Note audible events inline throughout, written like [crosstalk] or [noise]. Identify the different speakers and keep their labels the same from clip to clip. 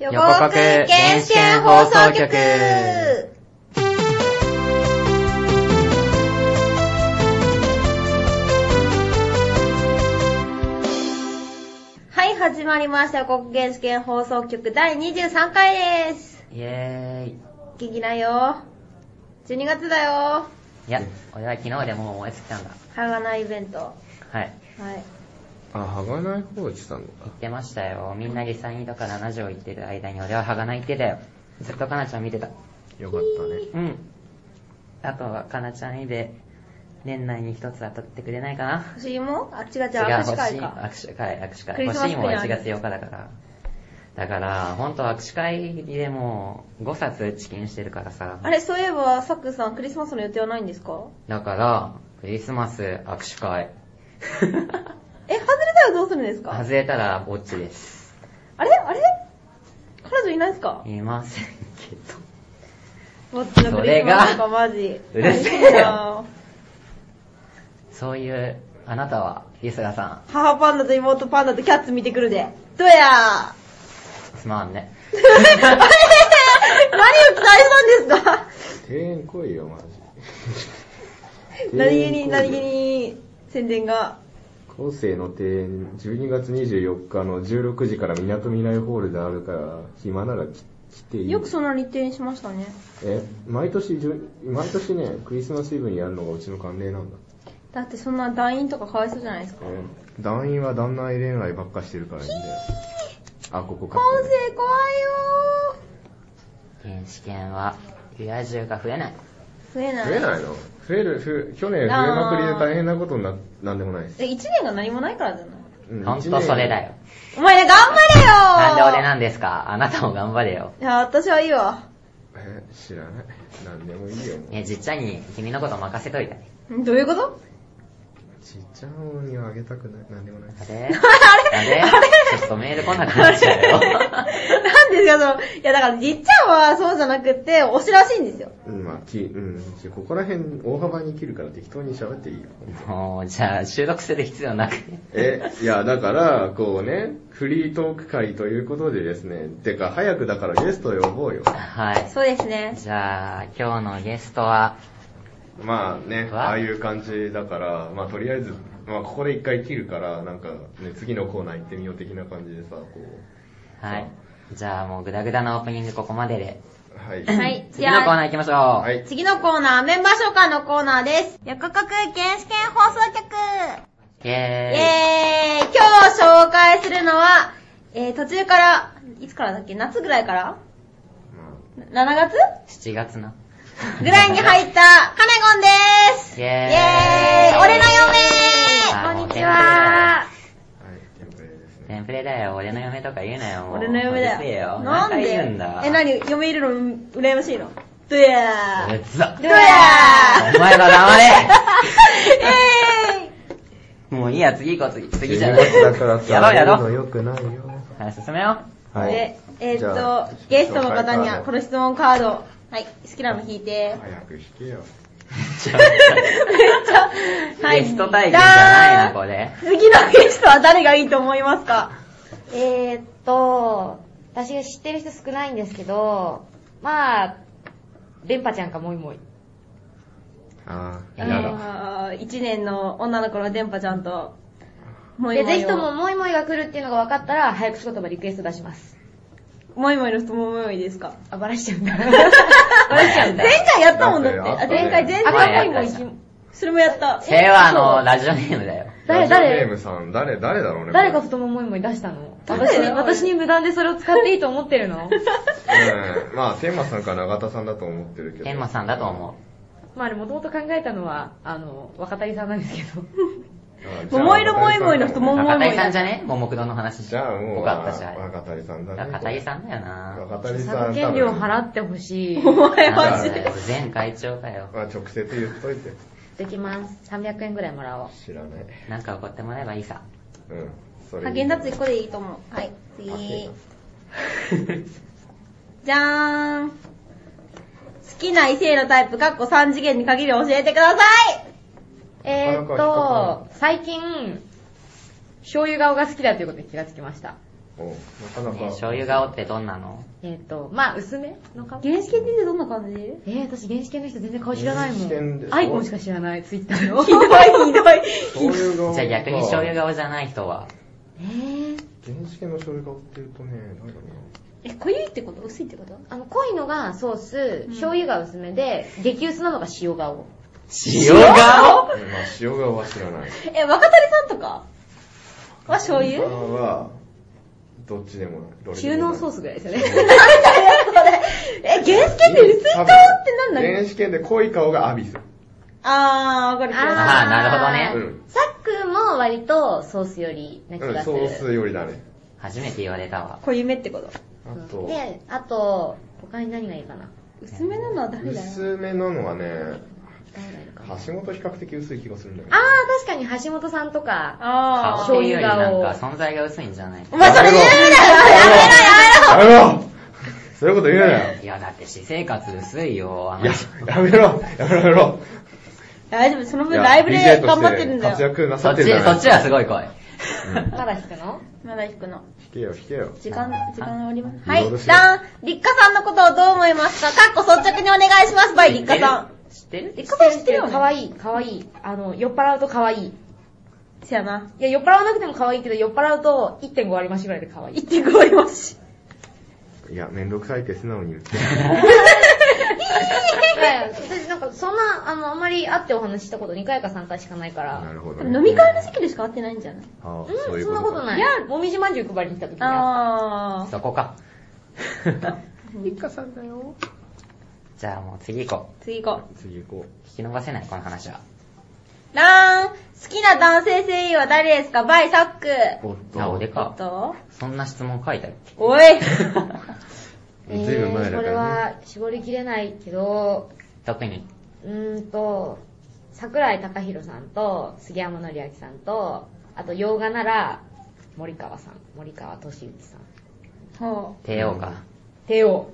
Speaker 1: 予告厳選放送局はい、始まりました。予告厳選放送局第23回です。
Speaker 2: イエーイ。
Speaker 1: 元気ないよ。12月だよ。
Speaker 2: いや、俺は昨日でもう燃え尽きたんだ。
Speaker 1: はがないイベント。は
Speaker 2: はい。
Speaker 1: い。
Speaker 3: あ、はがない方落ちたのか
Speaker 2: 言。ってましたよ。みんなリサ2とか7条言ってる間に俺はハガナ言ってたよ。ずっとかなちゃん見てた。
Speaker 3: よかった
Speaker 2: う
Speaker 3: ね。
Speaker 2: ん。あとはかなちゃんにで、年内に一つ当たってくれないかな
Speaker 1: 欲しいもんあ、違う違う、
Speaker 2: 違う、
Speaker 1: 握手
Speaker 2: 欲し
Speaker 1: 会
Speaker 2: い。
Speaker 1: か。
Speaker 2: 握手会、握手
Speaker 1: ク
Speaker 2: 会。
Speaker 1: リスマ
Speaker 2: 欲
Speaker 1: ス
Speaker 2: しいもんは
Speaker 1: プレ
Speaker 2: 1
Speaker 1: ゼン
Speaker 2: 月8日だから。だから、ほんと握手会でもう5冊チキンしてるからさ。
Speaker 1: あれ、そういえば、サックさん、クリスマスの予定はないんですか
Speaker 2: だから、クリスマス握手
Speaker 1: [laughs]
Speaker 2: 会。
Speaker 1: え、外れたらどうするんですか
Speaker 2: 外れたらぼっちです。
Speaker 1: あれあれ彼女いないですか
Speaker 2: いませんけ
Speaker 1: ぼ
Speaker 2: ど。
Speaker 1: っちのクリスマスとかマジ。
Speaker 2: それがうるせえよ
Speaker 1: 大変だな
Speaker 2: そういう、あなたは、リスラさ
Speaker 1: 母パンダと妹パンダとキャッツ見てくるで。どうや
Speaker 2: ん、すまんね。
Speaker 1: 何を期待したんですか
Speaker 3: 庭園来いよ、マジ。庭
Speaker 1: 何気
Speaker 3: 園来い
Speaker 1: に
Speaker 3: よ
Speaker 1: 何気。に宣伝が。
Speaker 3: 後世の庭園、12月24日の16時から港未来ホールであるから、暇なら来来ていい。
Speaker 1: よくそんなに転しましたね。
Speaker 3: え、毎年じゅ、毎年ね、クリスマスイブにやるのがうちの慣例なんだ。
Speaker 1: だってそんな団員とかかわいそうじゃないですか。
Speaker 3: え団員は団内恋愛ばっかしてるからいいんだよ。あ、ここか
Speaker 1: 今。世怖いよ
Speaker 2: 原始圏は、ユア充が増えない。
Speaker 1: ー。増えない。
Speaker 3: 増えないの増える、増え去年増えまくりで大変なことにな、なんでもないです。
Speaker 1: え、一年が何もないからじゃない
Speaker 3: うん
Speaker 2: ほんとそれだ。よ。
Speaker 1: お前ね、頑
Speaker 2: なんで
Speaker 1: 張れよー
Speaker 2: 俺なんですかあなたも頑張れよ。
Speaker 1: いや、私はいいわ。
Speaker 3: え知らない。何でもいいよ。もう
Speaker 2: ね、じっちゃんに君のこと任せといたね。
Speaker 1: んどういうこと
Speaker 3: ちっちゃい方にはあげたくない。何でもない。
Speaker 2: あれあれちょっとメール来なくなっちゃう
Speaker 1: な
Speaker 2: よ。
Speaker 1: んですか、その、いやだから、じっちゃんはそうじゃなくて、推しらしいんですよ。
Speaker 3: うん、まあ、き、うん。ここら辺大幅に切るから適当に喋っていいよ。
Speaker 2: もう、じゃあ、収録する必要なくね。
Speaker 3: え、いや、だから、こうね、フリートーク会ということでですね、てか、早くだからゲストを呼ぼうよ。
Speaker 2: はい。
Speaker 1: そうですね。
Speaker 2: じゃあ、今日のゲストは、
Speaker 3: まあね、
Speaker 2: わ
Speaker 3: ああいう感じだから、まあとりあえず、まあここで一回切るから、なんかね、次のコーナー行ってみよう的な感じでさ、こ
Speaker 2: はい。じゃあ、もうグダグダなオープニングここまでで。
Speaker 3: う、はい。
Speaker 1: [clears throat] はい
Speaker 2: 次のコーナー行きましょう。は
Speaker 3: はい。
Speaker 1: 次のコーナー、メンバー紹介のコーナーです。予告原始圏放送局
Speaker 2: イェーイ。
Speaker 1: イェーイ今日紹介するのは、えー、途中から、いつからだっけ夏ぐらいから
Speaker 3: ま
Speaker 1: ?7 月
Speaker 2: 7月な。
Speaker 1: ぐらいに入った、カネゴンです
Speaker 2: イェーイ
Speaker 1: イェーイ俺の嫁
Speaker 2: あ
Speaker 1: こんにちは
Speaker 3: あ、はい、テンプレですね。
Speaker 2: テンプレだよ、俺の嫁とか言うなよ、もう。
Speaker 1: 俺の嫁だ
Speaker 2: うるせえ
Speaker 1: よ。な
Speaker 2: よ。
Speaker 1: ん
Speaker 2: 何回
Speaker 1: で
Speaker 2: 言うんだ
Speaker 1: え、なに、嫁いるの羨ましいのどや
Speaker 2: う
Speaker 1: ー
Speaker 2: っざ
Speaker 1: どやー [laughs]
Speaker 2: お前ら黙
Speaker 1: え
Speaker 2: れもういいや、次行こう、次。次じゃ
Speaker 3: 12 [laughs]
Speaker 2: ない。
Speaker 3: 月だからさ
Speaker 2: やろうやろ
Speaker 3: 言う
Speaker 2: う。
Speaker 3: の良くないよ。
Speaker 2: はい、進めよ
Speaker 1: ーいで、え
Speaker 3: じ
Speaker 1: ー
Speaker 3: ゃ
Speaker 1: っ
Speaker 3: あ
Speaker 1: と、ゲストの方には
Speaker 3: 紹介カード
Speaker 1: この質問カード、はい、好きなの引いて。
Speaker 3: 早く弾けよ。
Speaker 1: は
Speaker 2: う。
Speaker 1: い。
Speaker 2: ゲスト対決じゃないな、これ。
Speaker 1: 次のゲストは誰がいいと思いますか
Speaker 4: えー、っと、私が知ってる人少ないんですけど、まあ、電波ちゃんかもいもい。
Speaker 3: ああ、
Speaker 2: やだ
Speaker 3: やだ。
Speaker 1: あー一年の女の子の電波ちゃんと、も
Speaker 4: で、
Speaker 1: いもいを
Speaker 4: ぜひとも、もいもいが来るっていうのが分かったら、早口言葉リクエスト出します。
Speaker 1: もいもいの質問もいもいですか
Speaker 4: あ、バラしちゃうんだ。バラしちゃうんだ
Speaker 1: 前。回やったもんだって。
Speaker 3: だって
Speaker 1: あ、前回、前
Speaker 4: [laughs] あ、
Speaker 1: 回。
Speaker 2: 前
Speaker 4: も
Speaker 2: やっ
Speaker 4: い
Speaker 2: た
Speaker 4: もい
Speaker 2: じゃん
Speaker 4: き、
Speaker 1: それもやった。
Speaker 2: それは、あ
Speaker 4: そ
Speaker 2: の、
Speaker 4: う
Speaker 2: ラジオネームだよ。
Speaker 4: 誰、
Speaker 3: ラジオネー
Speaker 4: 誰、
Speaker 3: ムさん、誰、誰だろうね。
Speaker 4: 誰が
Speaker 3: こ
Speaker 4: ふとももいもい出したの
Speaker 1: 誰
Speaker 4: 私に、私に無断でそれを使っていいと思ってる
Speaker 3: れ
Speaker 4: の [laughs]
Speaker 3: うん。まあ、天馬さんか永田さんだと思ってるけど。
Speaker 2: 天馬さんだと思
Speaker 4: まあ、あれ、もともと考えたのは、あの、若谷さんなんですけど。
Speaker 3: あ。
Speaker 1: 桃色もいもいの人
Speaker 2: う。
Speaker 1: ももい
Speaker 2: 中
Speaker 1: も
Speaker 2: 谷
Speaker 1: い
Speaker 2: さんじゃね桃黒の話。
Speaker 3: じゃあもう、
Speaker 2: よかったじゃん。
Speaker 3: 若谷さんだね。
Speaker 2: 中谷さんだよな。
Speaker 3: 若谷さ
Speaker 4: 作
Speaker 3: ん。
Speaker 4: 権料
Speaker 3: 多分
Speaker 4: 払ってほ
Speaker 1: [laughs]
Speaker 4: しい。
Speaker 1: お前マ
Speaker 2: だ
Speaker 1: ジ
Speaker 2: よ
Speaker 1: で。
Speaker 2: 前会長だよ。
Speaker 3: まあ、直接言っといて。
Speaker 4: できます。300円ぐらいもらおう。
Speaker 3: 知らない。
Speaker 2: なんか怒ってもらえばいい
Speaker 3: [laughs]
Speaker 2: さ。
Speaker 3: うん。それ。
Speaker 1: 派遣達1個でいいと思う。はい、次。じゃーん。好きな異性のタイプ、かっこ3次元に限り教えてくださ
Speaker 4: えーっ
Speaker 3: なかなか引っかから
Speaker 4: と、最近、醤油顔が好きだということに気がつきました。
Speaker 1: い
Speaker 3: おなかなか。
Speaker 2: ね醤油顔ってどんなの
Speaker 4: えっ、と、まあ、薄めの顔。
Speaker 1: 原始犬ってどんな感じ
Speaker 4: えー、私、原始系の人全然顔知らないも
Speaker 3: 原始圏で
Speaker 4: ん。アイコンしか知らない、ツイッター
Speaker 1: [laughs]
Speaker 4: の。
Speaker 1: ひどいひどい。
Speaker 3: 醤油顔
Speaker 2: じゃあ逆に醤油。顔じゃない人は。
Speaker 4: えー、
Speaker 3: 原始系の醤油顔って言うとね、なんだろ
Speaker 1: え、濃いってこと薄いってこと
Speaker 4: あの、濃いのがソース、醤油が薄めで、激薄なのが塩顔。
Speaker 2: 塩顔
Speaker 3: うな。まあ、塩顔は知らない。
Speaker 1: え、若鳥さんとかは醤
Speaker 3: 塩
Speaker 1: 油
Speaker 3: 顔は、どっちでもない。どれでも
Speaker 4: 中
Speaker 3: ない
Speaker 4: 濃ソースぐらいですよね。
Speaker 1: え、原始犬って薄い顔ってなんだ
Speaker 3: 多分
Speaker 1: ろう
Speaker 3: 原始圏で濃い顔がアビス。
Speaker 1: あー、わかる気がする。
Speaker 2: あーなるほどね
Speaker 3: うん
Speaker 4: さっくんも割とソースよりな気
Speaker 3: うん、
Speaker 4: がす
Speaker 3: ソ
Speaker 4: る。
Speaker 3: ースよりだね。
Speaker 2: 初めて言われたわ。
Speaker 1: 濃いめってこと。
Speaker 3: あと、
Speaker 4: で、あと、他に何がいいかな
Speaker 1: 薄めなのは誰だよ。
Speaker 3: 薄めなのはね、
Speaker 4: 誰がいるかなあ
Speaker 3: 橋本比較的薄い気がするんだけど。
Speaker 4: ー、確かに橋本さんとか、
Speaker 1: あ
Speaker 2: 顔
Speaker 1: ー。
Speaker 2: っていうよりなん
Speaker 4: 醤
Speaker 2: か
Speaker 4: 油
Speaker 2: 存在が薄いんじゃない
Speaker 1: お前それ言う
Speaker 3: やめろやめろそういうこと言うなよ
Speaker 2: いや、だって私生活薄いよ。あの
Speaker 3: いや、やめろやめろやめろ
Speaker 1: な大丈夫、その分ライブで頑張ってるんだ
Speaker 3: DJ とし
Speaker 1: よ。
Speaker 3: て活躍な
Speaker 2: そ
Speaker 3: さ
Speaker 2: っ
Speaker 3: って
Speaker 2: ち、
Speaker 3: るんだ
Speaker 2: そっちはすごい濃い。
Speaker 4: まだ弾くの
Speaker 1: まだ弾くの。
Speaker 3: 引けよ引けよ。
Speaker 1: 時間、時間終わります。
Speaker 3: あ
Speaker 1: はい
Speaker 3: いろいろ。しよう
Speaker 1: ダン、立花さんのことをどう思いますかかっこ率直にお願いします、バイ立花さん。
Speaker 2: 知ってる
Speaker 1: 立花さん知ってるよ
Speaker 4: 可
Speaker 1: ね。
Speaker 4: 愛い、可愛い。あの、酔っ払うと可愛い。い
Speaker 1: せやな。
Speaker 4: や、酔っ払わなくても可愛いけど、酔っ払うと1.5割増しぐらいで可愛い。
Speaker 1: 言ってこいまし。
Speaker 3: いや、めんどくさいって素直に言って。
Speaker 4: 私なんか、そんな、あの、あんまり会ってお話ししたこと2回か3回しかないから。
Speaker 3: なるほど
Speaker 1: で
Speaker 3: ね。
Speaker 1: も飲み会の席でしか会ってないんじゃない
Speaker 3: ああ
Speaker 4: うん、
Speaker 3: そういう。
Speaker 4: そんなことないい。いや、もみじまんじゅう配りに来た時に会っ
Speaker 1: あー。
Speaker 2: そこか。
Speaker 3: リカさんだよ。
Speaker 2: じゃあもう次行こ
Speaker 1: 次行こう。
Speaker 3: 次行こ
Speaker 2: う。引き伸ばせない、この話は。
Speaker 1: ダーン、好きな男性声優は誰ですかバイサック。
Speaker 3: う。おっ
Speaker 2: あ、俺
Speaker 3: と。
Speaker 2: か。
Speaker 1: と
Speaker 2: そんな質問書いたっ
Speaker 3: [laughs]
Speaker 1: お [laughs] い
Speaker 4: た。
Speaker 3: ずいぶん前
Speaker 4: えーこ
Speaker 3: だか
Speaker 4: れ
Speaker 3: らね。
Speaker 4: は、絞りきれないけど、
Speaker 2: け特に。
Speaker 4: うーんと、桜井貴弘さんと、杉山紀明さんと、あと、洋画なら、森川さん、森川俊之さん。
Speaker 1: ほ
Speaker 2: 帝王か。
Speaker 4: 帝王。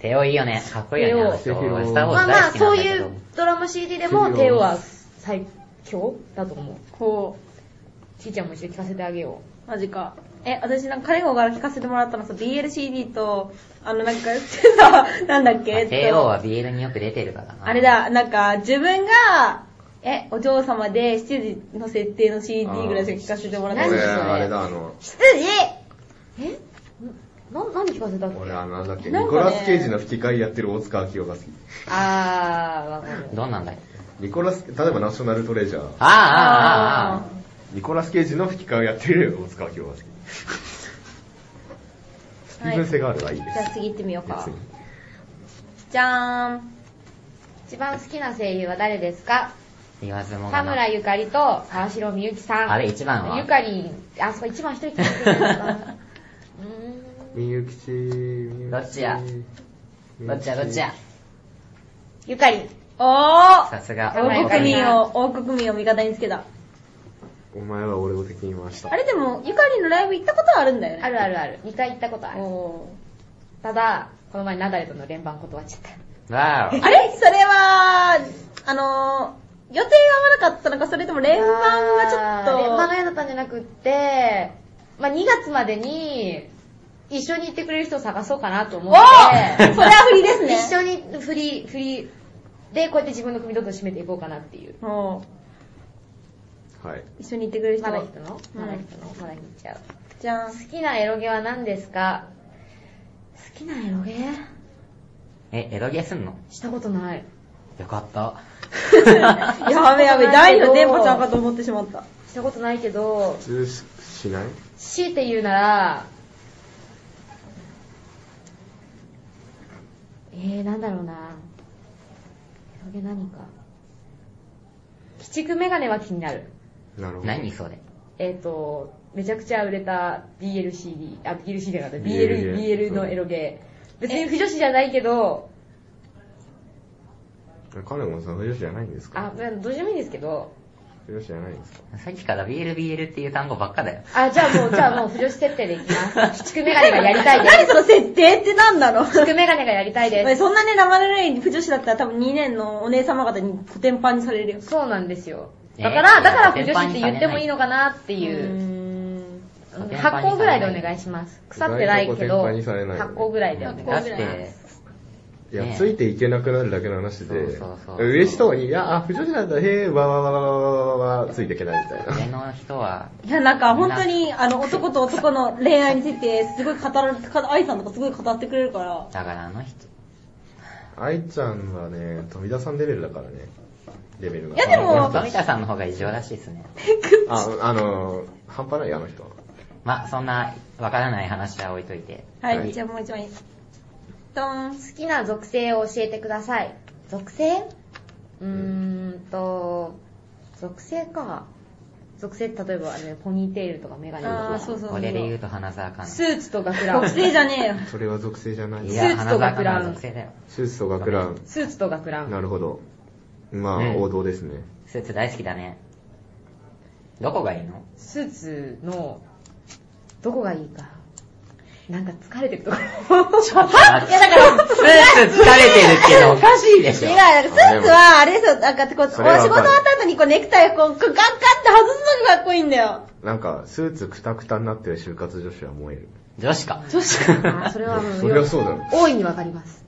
Speaker 2: 帝王いいよね。かっこいいよね、あの人。ス
Speaker 3: 帝
Speaker 2: ターウ
Speaker 3: 王
Speaker 2: ォーズ大好き
Speaker 4: ま
Speaker 2: な
Speaker 4: あ
Speaker 2: んだ
Speaker 4: まあ、
Speaker 2: けど。
Speaker 4: そういうドラマ CD でも、帝王は最強だと思う。
Speaker 1: う。ほ
Speaker 4: ちーちゃんも一緒に聞かせてあげよ
Speaker 1: う。マジか。え、私なんか、カレンゴから聞かせてもらったのさ、BLCD と、あのなんか、さ、なんだっけえっと
Speaker 2: 帝王は BL によく出てるからな。
Speaker 1: あれ。だ、なんか、自分が、え、お嬢様で、執事の設定の CD ぐらいしか聞かせてもら
Speaker 3: こ
Speaker 1: っ
Speaker 3: れ、
Speaker 1: た
Speaker 4: 何それ
Speaker 3: あれだ、あの、
Speaker 1: 執
Speaker 4: う。えな、なんで聞かせたっけ
Speaker 3: 俺、あの、なんだっけ、
Speaker 1: なん
Speaker 3: ニ
Speaker 1: かね
Speaker 3: コラス・ケイジの吹き替えやってる大塚明夫が好き。
Speaker 4: あー、わかる。
Speaker 2: どんなんだっけ
Speaker 3: ニコラス、例えばナショナルトレジャー。
Speaker 2: ああ、ああ、あ
Speaker 3: ニコラス・ケイジの吹き替えやってる大塚明夫が好き。スティーブン・セガールはいいで
Speaker 1: じゃあ
Speaker 3: す。
Speaker 1: 次行ってみようか
Speaker 3: 別。に
Speaker 1: じゃーん。
Speaker 4: 一番好きな声優は誰ですか
Speaker 2: あ。言わずも
Speaker 4: 田
Speaker 2: が
Speaker 4: 村
Speaker 2: な。
Speaker 4: ゆかりと沢城みゆきさん。
Speaker 2: あれ一番は
Speaker 4: ゆかり、あ、そう、一番一人決めてるや
Speaker 2: [laughs]
Speaker 4: つかなうーん
Speaker 3: みゆきち、みゆきち
Speaker 2: どっちやどっちやどっちや。。
Speaker 4: ゆかり。
Speaker 1: おー
Speaker 2: さすが。
Speaker 4: 田村
Speaker 1: 王
Speaker 4: ゆか
Speaker 1: 国
Speaker 4: り
Speaker 1: 民を、王国民を味方につけた。
Speaker 3: お前は俺を敵に回した
Speaker 1: あ。れでも、ゆかりのライブ行ったことはあるんだよね。
Speaker 4: あるあるある。二回行ったことある。
Speaker 1: お
Speaker 4: ただ、この前ナダレとの連番断っちゃった。
Speaker 2: わ
Speaker 4: [laughs]
Speaker 1: ーあれそれは、あのー、予定が合わなかったのか、それとも連番はちょっ
Speaker 4: あー
Speaker 1: と。
Speaker 4: 連番が嫌だったんじゃなくって、まあ、2月までに、一緒に行ってくれる人を探そうかなと思
Speaker 1: お
Speaker 4: って、
Speaker 1: ーそれは振りですね。
Speaker 4: 一緒に振り、振り、で、こうやって自分の組どんどん締めていこうかなっていう。
Speaker 1: おー
Speaker 3: はい。
Speaker 1: 一緒に行ってくれる人
Speaker 4: ま
Speaker 1: が
Speaker 4: だ引くのまだ引くのまだ引いちゃう。
Speaker 1: じゃん。
Speaker 4: 好きなエロゲは何ですか好きなエロゲ
Speaker 2: ーえ、エロゲーすんの
Speaker 4: したことない。
Speaker 2: よか
Speaker 4: [laughs]
Speaker 2: った。
Speaker 1: やべやべ、第二の電波ちゃんかと思ってしまった。
Speaker 4: したことないけど、
Speaker 3: 普通ししない
Speaker 4: 強いて言うなら、えー、なんだろうな。エロゲ何か。鬼畜メガネは気になる。
Speaker 3: なるほど。
Speaker 2: 何それ。
Speaker 4: えっ、ー、と、めちゃくちゃ売れた BLCD、あ、BLCD じゃなかった、
Speaker 3: BL
Speaker 4: BL、BL のエロゲー。別に不女子じゃないけど、
Speaker 3: 彼もその女子じゃないんです
Speaker 4: あ
Speaker 3: か、
Speaker 4: まあどうしようもいいんですけど、
Speaker 3: 女子じゃないんですか
Speaker 2: さっきから BLBL っていう単語ばっかだよ。
Speaker 4: あ、じゃあもう、じゃあもう、不女子設定でいきます。鬼畜メガネがやりたいです。
Speaker 1: 何その設定ってなんだ [laughs] ろう
Speaker 4: 鬼畜メガネがやりたいで
Speaker 1: そんなね、生ぬるい不女子だったら多分2年のお姉様方にコテンパンにされるよ。
Speaker 4: す。そうなんですよ。
Speaker 2: え
Speaker 4: だから、だから不
Speaker 2: 鉄
Speaker 4: 女
Speaker 2: 板
Speaker 4: 子
Speaker 2: に
Speaker 4: って
Speaker 2: されない
Speaker 4: 言ってもいいのかなっていう
Speaker 1: ー
Speaker 4: う。
Speaker 1: ん
Speaker 4: ううん発酵ぐらいでお願いします。腐ってないけど、
Speaker 3: 在庫全般に
Speaker 4: 発
Speaker 3: されないよね
Speaker 4: 酵ぐらいでお
Speaker 2: だ
Speaker 4: 願い
Speaker 1: 発
Speaker 4: し
Speaker 1: 酵
Speaker 4: ます。
Speaker 2: って、
Speaker 3: いや、
Speaker 2: ね
Speaker 3: ついていけなくなるだけの話で
Speaker 2: そうそうそう、
Speaker 3: 嬉しそうに、いや、あ、不女子なんだ、へえ、わわわわわわわわわ、ついていけないみたいな。
Speaker 2: 上の人はい
Speaker 1: や、なんか本当に、あの、男と男の恋愛について、すごい語られて、愛さんとかすごい語ってくれるから、
Speaker 2: だからあの人、
Speaker 3: 愛ちゃんはね、飛び出さんレベルだからね。レベルが。
Speaker 1: いやでも
Speaker 2: も富田さんの方が異常らしいですね。
Speaker 3: あ、あの、半端ないよ、あの人は。
Speaker 2: まあ、そんな、わからない話は置いといて。
Speaker 1: はい、
Speaker 3: はい
Speaker 1: じゃあもう一枚。ドーン。
Speaker 4: 好きな属性を教えてください。属性うーんと、属性か。属性って例えばね、ポニーテールとかメガネと
Speaker 1: あー
Speaker 4: か。
Speaker 1: そうそう
Speaker 2: これで言うと花澤香
Speaker 4: スーツとかクラウン。
Speaker 1: 学生じゃねえよ。
Speaker 3: それは属性じゃない。
Speaker 2: 菜。
Speaker 3: い
Speaker 2: い
Speaker 3: や
Speaker 2: や、
Speaker 4: スーツ
Speaker 2: 花
Speaker 4: と
Speaker 2: 澤
Speaker 4: か
Speaker 2: 香
Speaker 4: ク
Speaker 2: 菜
Speaker 4: ラ
Speaker 2: は
Speaker 4: ウン
Speaker 2: 属性だよ。
Speaker 3: 手術と学ラン。
Speaker 4: スーツとかクラウン。
Speaker 3: なるほど。まあ、
Speaker 2: うん
Speaker 3: 王道ですね。
Speaker 2: スーツ大好きだね。どこがいいの
Speaker 4: スーツの、どこがいいか。なんか疲れてるところ。
Speaker 2: ちょっと待って、だから、スーツ疲れてるけどおかしいでし
Speaker 1: 違
Speaker 2: ょ
Speaker 1: う、。なんかスーツは、あれですよ、なんかこう、お仕
Speaker 3: それはわか
Speaker 1: 事
Speaker 3: る
Speaker 1: 終わった後にこう、ネクタイをこう、ガンガンって外すのがかっこいいんだよ。
Speaker 3: なんか、スーツくたくたになってる就活女子は燃える。
Speaker 2: 女子か。
Speaker 1: 女子か。
Speaker 2: [laughs]
Speaker 4: あーそれはもう、
Speaker 3: そりゃそうだろ
Speaker 4: 大いにわかります。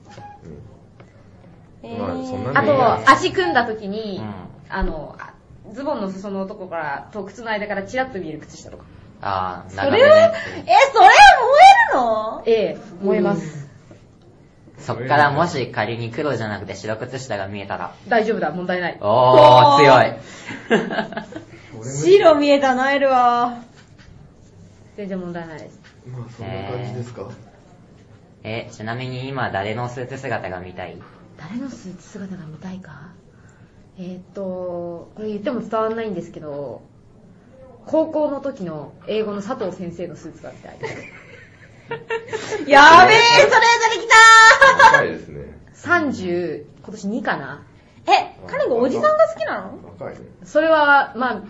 Speaker 1: え
Speaker 3: まあそん
Speaker 1: ー、
Speaker 3: な
Speaker 1: あ
Speaker 3: の
Speaker 4: あ
Speaker 2: いいよね
Speaker 4: と、足組んだ時に、
Speaker 2: うん
Speaker 4: あの、あズボンの裾のとこから、と靴の間からチラッと見える靴下とか。
Speaker 2: あー、
Speaker 1: そ
Speaker 2: 長め
Speaker 1: れ
Speaker 2: の
Speaker 1: は、え、
Speaker 2: や
Speaker 1: それ燃えるの
Speaker 4: ええ、燃えます。
Speaker 2: つそっからもし仮に黒じゃなくて白靴下が見えたら、
Speaker 4: 大丈夫だ、問題ない。
Speaker 2: おー、強い。
Speaker 1: 白見えたのえるわ。
Speaker 4: 全然問題ないです。
Speaker 3: まあ、
Speaker 2: そんな感じです
Speaker 3: か。
Speaker 2: [laughs] え、ちなみに今誰のスーツ姿が見たい
Speaker 4: 誰のスーツ姿が見たいかえーっと、これ言っても伝わんないんですけど、高校の時の英語の佐藤先生のスーツが見たい。
Speaker 1: やべえ、それぞれ来
Speaker 3: 若いですね。
Speaker 4: 30、今年2かな
Speaker 1: たーえ、彼がおじさんが好きなの
Speaker 3: 若いね。
Speaker 4: それは、まあ、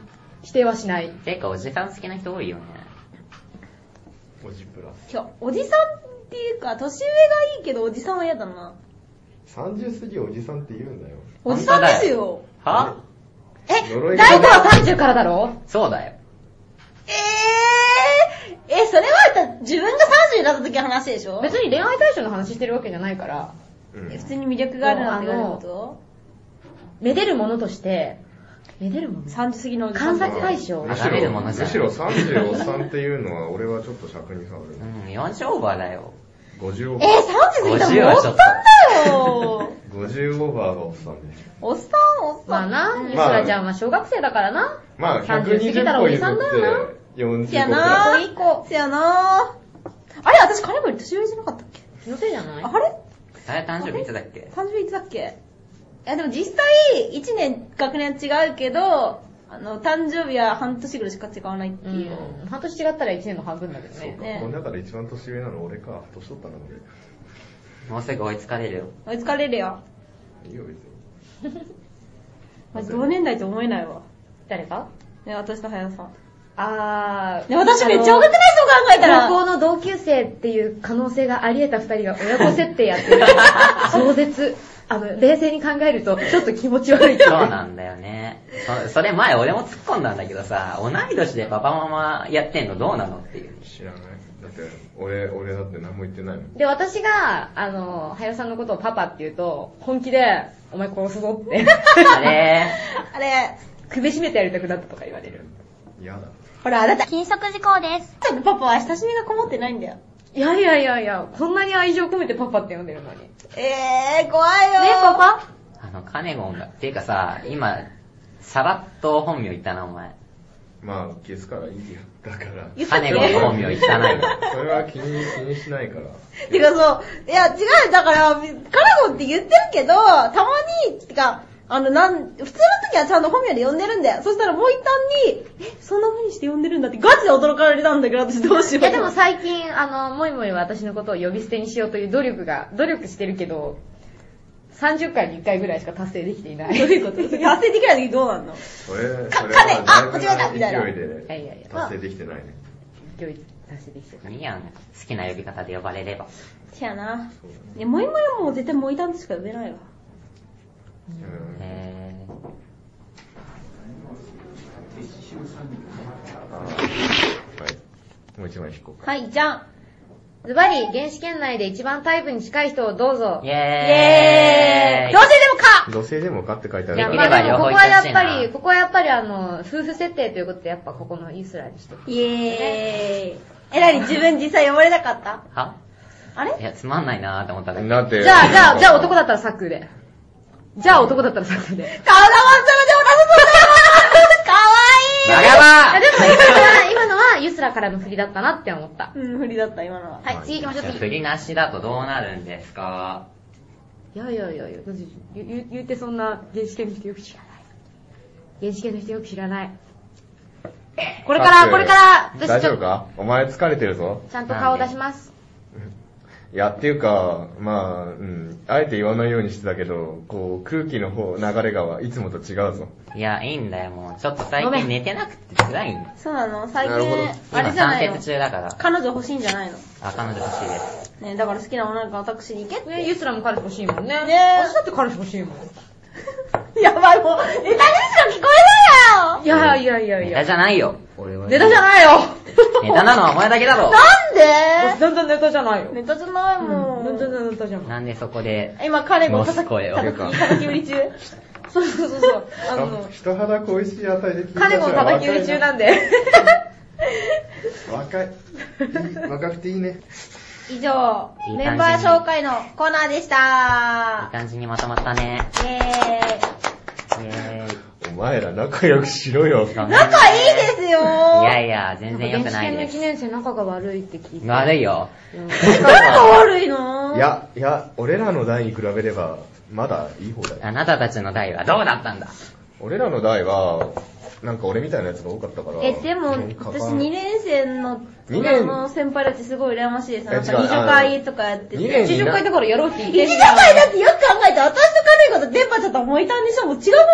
Speaker 4: 否定はしない。
Speaker 2: てかおじさん好きな人多いよね。
Speaker 3: おじプラス。
Speaker 1: 今日、おじさんっていうか、年上がいいけど、おじさんは嫌だな。
Speaker 3: 30過ぎおじさんって言うん
Speaker 4: [laughs]
Speaker 3: だよ。
Speaker 1: おじさんですよ。
Speaker 2: は
Speaker 1: え、
Speaker 3: 呪いが
Speaker 1: 大
Speaker 4: 僕
Speaker 1: 丈
Speaker 4: は
Speaker 1: 夫
Speaker 4: 30からだろ
Speaker 2: そうだよ。
Speaker 1: えー、え、それはだ自分が30になった時の話でしょ
Speaker 4: 別に恋愛対象の話してるわけじゃないから、
Speaker 3: うん
Speaker 1: え普通に魅力があるなんて言われること
Speaker 4: めでるものとして、めでるもの
Speaker 1: ?30 過ぎのおじさん
Speaker 4: 観。察対象
Speaker 3: む
Speaker 2: む
Speaker 3: し
Speaker 2: し
Speaker 3: ろ
Speaker 2: ろ、
Speaker 3: むしろ30おっさんっていうのは俺はちょっと尺に触る
Speaker 2: う。ん、40オーバーだよ。
Speaker 3: 50オー
Speaker 1: えー、
Speaker 3: バー。
Speaker 1: 30過ぎ
Speaker 2: 50
Speaker 1: たら
Speaker 2: は
Speaker 1: おっ
Speaker 2: ち
Speaker 1: さ
Speaker 2: ょ
Speaker 1: ん
Speaker 2: っ
Speaker 1: だよ
Speaker 3: 50オーバーがおっさんです。
Speaker 1: おっさん、おっさん。
Speaker 4: まあな、
Speaker 1: うん
Speaker 4: ミスラちゃんは小学生だからな。
Speaker 3: まあ、
Speaker 4: 30過ぎた
Speaker 3: 120
Speaker 4: ら
Speaker 3: 個譲
Speaker 4: おじ
Speaker 3: っ
Speaker 4: さんだよ
Speaker 3: て40
Speaker 1: せや
Speaker 3: 個く
Speaker 1: な
Speaker 3: らい。
Speaker 1: ー。せやなー。あれ私、彼も年上じゃなかったっけ
Speaker 4: 気のせいじゃない
Speaker 1: あれ
Speaker 2: あれ誕生日いつだっけ
Speaker 1: ?30 いつだっけいや、でも実際、1年学年違うけど、あの、誕生日は半年ぐらいしか違わないって
Speaker 4: う
Speaker 1: いう。
Speaker 4: ん。半年違ったら1年の半分だけどね。
Speaker 1: ね
Speaker 3: この中で一番年上なの俺か。年取ったな、
Speaker 2: もうすぐ追いつかれるよ。
Speaker 1: 追いつかれるよ。
Speaker 3: 俺。いいよ、別に。
Speaker 1: まじ同年代と思えないわ。
Speaker 4: 誰か
Speaker 1: ね、私と早田さん。
Speaker 4: あー。
Speaker 1: ね、私めっちゃ若くないそう考えたら。
Speaker 4: 高校の同級生っていう可能性があり得た二人が親子設定やって
Speaker 1: [laughs]
Speaker 4: る。壮絶。あの、冷静に考えると、ちょっと気持ち悪いけ
Speaker 2: そう [laughs]
Speaker 4: ど。
Speaker 2: なんだよね。そそれ前俺も突っ込んだんだけどさ、同い年でパパママやってんのどうなのっていう。
Speaker 3: 知らない。だって、俺、俺だって何も言ってないもん。
Speaker 4: で、私が、あの、はよさんのことをパパって言うと、本気で、お前殺すぞって、
Speaker 2: あれ
Speaker 1: あれ、
Speaker 4: 首絞めてやりたくなったとか言われる。
Speaker 3: 嫌だ。
Speaker 1: ほら、あなた、ち
Speaker 5: 禁食事項です。
Speaker 1: ょっとパパは親しみがこもってないんだよ。
Speaker 4: いやいやいやいや、こんなに愛情込めてパパって呼んでるのに。ね
Speaker 1: えー、怖いよー。
Speaker 4: パパ
Speaker 2: あの、カネゴンが、っていうかさ、今、さらっと本名言ったな、お前。
Speaker 3: まあ、消すからいいよ。だから。
Speaker 1: 言っ
Speaker 2: カ
Speaker 1: たっ
Speaker 2: ネ
Speaker 1: け
Speaker 2: ゴンの本名言ったな、今。
Speaker 3: それは気に、気にしないから。
Speaker 1: [laughs] てかそう、いや、違う、だから、カラゴンって言ってるけど、たまに、てか、あの、なん、普通の時はちゃんと本名で呼んでるんだよ。そしたらもう一旦に、え、そんな風にして呼んでるんだって、ガチで驚かれたんだけど、私どうしよう。
Speaker 4: いやで
Speaker 1: [laughs]
Speaker 4: も最近、あの、もいもいは私のことを呼び捨てにしようという努力が、努力してるけど、30回に1回ぐらいしか達成できていない。
Speaker 1: どういうことそれ達成できない時どうなんの
Speaker 3: それ、
Speaker 1: か
Speaker 3: それ
Speaker 1: 彼あ
Speaker 3: は
Speaker 1: 間違えたみたいな
Speaker 3: 勢い
Speaker 4: いやい
Speaker 3: で
Speaker 4: やいや、
Speaker 3: 達成できてないね。
Speaker 4: 今日達成できてる。
Speaker 2: いいやん。好きな呼び方で呼ばれれば。
Speaker 1: せやな。
Speaker 3: そうだね
Speaker 1: ね、もいもいはもう絶対もいたんとしか呼べないわ。
Speaker 3: うん
Speaker 2: えー、
Speaker 3: はい。もう一枚引こうか。
Speaker 1: はい、じゃん。
Speaker 4: ズバリ、原始圏内で一番タイプに近い人をどうぞ
Speaker 2: イ
Speaker 1: イェ
Speaker 2: ェーイ。
Speaker 1: ーイどうせでもか
Speaker 3: 女性でもかって書いてあ
Speaker 4: い
Speaker 3: る
Speaker 4: や、
Speaker 3: か
Speaker 4: ま
Speaker 3: ら。
Speaker 4: あ
Speaker 2: できれば両方
Speaker 4: でもこ
Speaker 2: い
Speaker 4: こは
Speaker 2: た
Speaker 4: や
Speaker 2: し
Speaker 4: っ
Speaker 2: いな
Speaker 4: ぱり、ここはやっぱりあの、夫婦設定ということでやっぱここのイスラにして。
Speaker 1: イエーイ。えらに自分実際呼ばれなかった
Speaker 2: は
Speaker 1: あれ
Speaker 2: いや、つまんないなーって思ったんだけど。
Speaker 3: だって。
Speaker 4: じゃあ、じゃあ、じゃあ男だったらサックーで。じゃあ男だったらサックーで。
Speaker 1: カラワンサラでもなさそうだよ [laughs] かわ
Speaker 2: バ
Speaker 1: いい
Speaker 2: カ
Speaker 4: [laughs] あ、
Speaker 2: バ
Speaker 4: でも今のは、今のはユスラからの振りだったなって思った。
Speaker 1: うん、振りだった、今のは。
Speaker 4: はい、次行きましょう、次。
Speaker 2: 振りなしだとどうなるんですか
Speaker 4: いやいやいやいや、だって言言言ってそんな原始圏の人よく知らない。原始圏の人よく知らない。これか
Speaker 3: だっ
Speaker 4: ら、
Speaker 3: て
Speaker 4: これから、
Speaker 3: 大
Speaker 4: ち
Speaker 3: 丈
Speaker 4: ょ
Speaker 3: 夫かお前疲れてるぞ。
Speaker 4: ちゃんと顔出します。
Speaker 3: いや、っていうか、まあ、うん、あえて言わないようにしてたけど、こう、空気の方、流れが、いつもと違うぞ。
Speaker 2: いや、いいんだよ、もう。ちょっと最
Speaker 4: ごめ
Speaker 2: 近
Speaker 4: ん
Speaker 2: 寝てなくて辛いんだ。
Speaker 1: そうなの最
Speaker 3: なるほど
Speaker 1: 近、あ
Speaker 2: 今
Speaker 1: れじゃな
Speaker 2: 三
Speaker 1: いの
Speaker 2: 節中だから。
Speaker 1: 彼女欲しいんじゃないの
Speaker 2: あ、彼女欲しいです。
Speaker 1: ねだから好きな女の子私に行け
Speaker 4: [laughs]
Speaker 1: って。
Speaker 4: ねユスラも彼氏欲しいもんね。
Speaker 1: ね
Speaker 4: 私だって彼氏欲しいもん。
Speaker 1: やばい、もう、ネタニュースが聞こえないよ
Speaker 4: いやいやいやい
Speaker 2: ネタ
Speaker 4: や。
Speaker 2: じゃないよ。
Speaker 3: 俺は
Speaker 4: ネタじゃないよ
Speaker 2: ネタなのはお前だけだ
Speaker 1: な
Speaker 2: ろ。
Speaker 1: ん
Speaker 4: [laughs]
Speaker 1: で
Speaker 4: 全然ネタじゃないよ。
Speaker 1: ネタじゃないもん。
Speaker 4: 全然ネタ [laughs] じゃない。
Speaker 2: なんでそこで、
Speaker 1: 今、彼も叩き、
Speaker 2: モスコへ
Speaker 1: 叩
Speaker 2: 俺
Speaker 1: き、
Speaker 3: か
Speaker 1: 叩き売
Speaker 2: [laughs]
Speaker 1: り中。
Speaker 4: そうそうそうそう。あの、
Speaker 3: 人肌恋しいあたりで聞いた
Speaker 4: 彼も叩き売り中なんで。
Speaker 3: 若い。若くていいね。
Speaker 1: [laughs] 以上
Speaker 2: いい感じに
Speaker 1: メンバー紹介のコーナーでし
Speaker 2: いい
Speaker 1: た
Speaker 2: 感じにまとまったね。
Speaker 1: イェー
Speaker 2: イェーイ。
Speaker 3: お前ら仲良くしろ
Speaker 4: [laughs]
Speaker 3: よ。
Speaker 1: イ。仲いいですよ
Speaker 2: いやいや、全然良くない
Speaker 4: の
Speaker 2: で
Speaker 4: 1
Speaker 2: す。
Speaker 4: 年生仲が悪いって聞いて。
Speaker 2: 悪いよ。
Speaker 1: 誰が悪いの
Speaker 3: いや、いや、俺らの代に比べれば、まだいい方だよ。
Speaker 2: あなたたちの代はどうだったんだ
Speaker 3: 俺らの代は、なんか俺みたいなやつが多かったから。
Speaker 1: え、でも、
Speaker 3: なんか
Speaker 1: 私2年生の、
Speaker 3: 二年
Speaker 1: あの先輩たちすごい羨ましいです。
Speaker 3: え
Speaker 1: なんか
Speaker 3: 違う
Speaker 1: 二助会とかやって
Speaker 3: 二
Speaker 1: て。
Speaker 3: 年
Speaker 4: 80回だからやろうって言っ
Speaker 1: 一
Speaker 4: てん
Speaker 1: 助
Speaker 4: じゃん
Speaker 1: 会だってよく考えて、私と彼が電波ちゃったら燃えたんでしょもう違う方向に散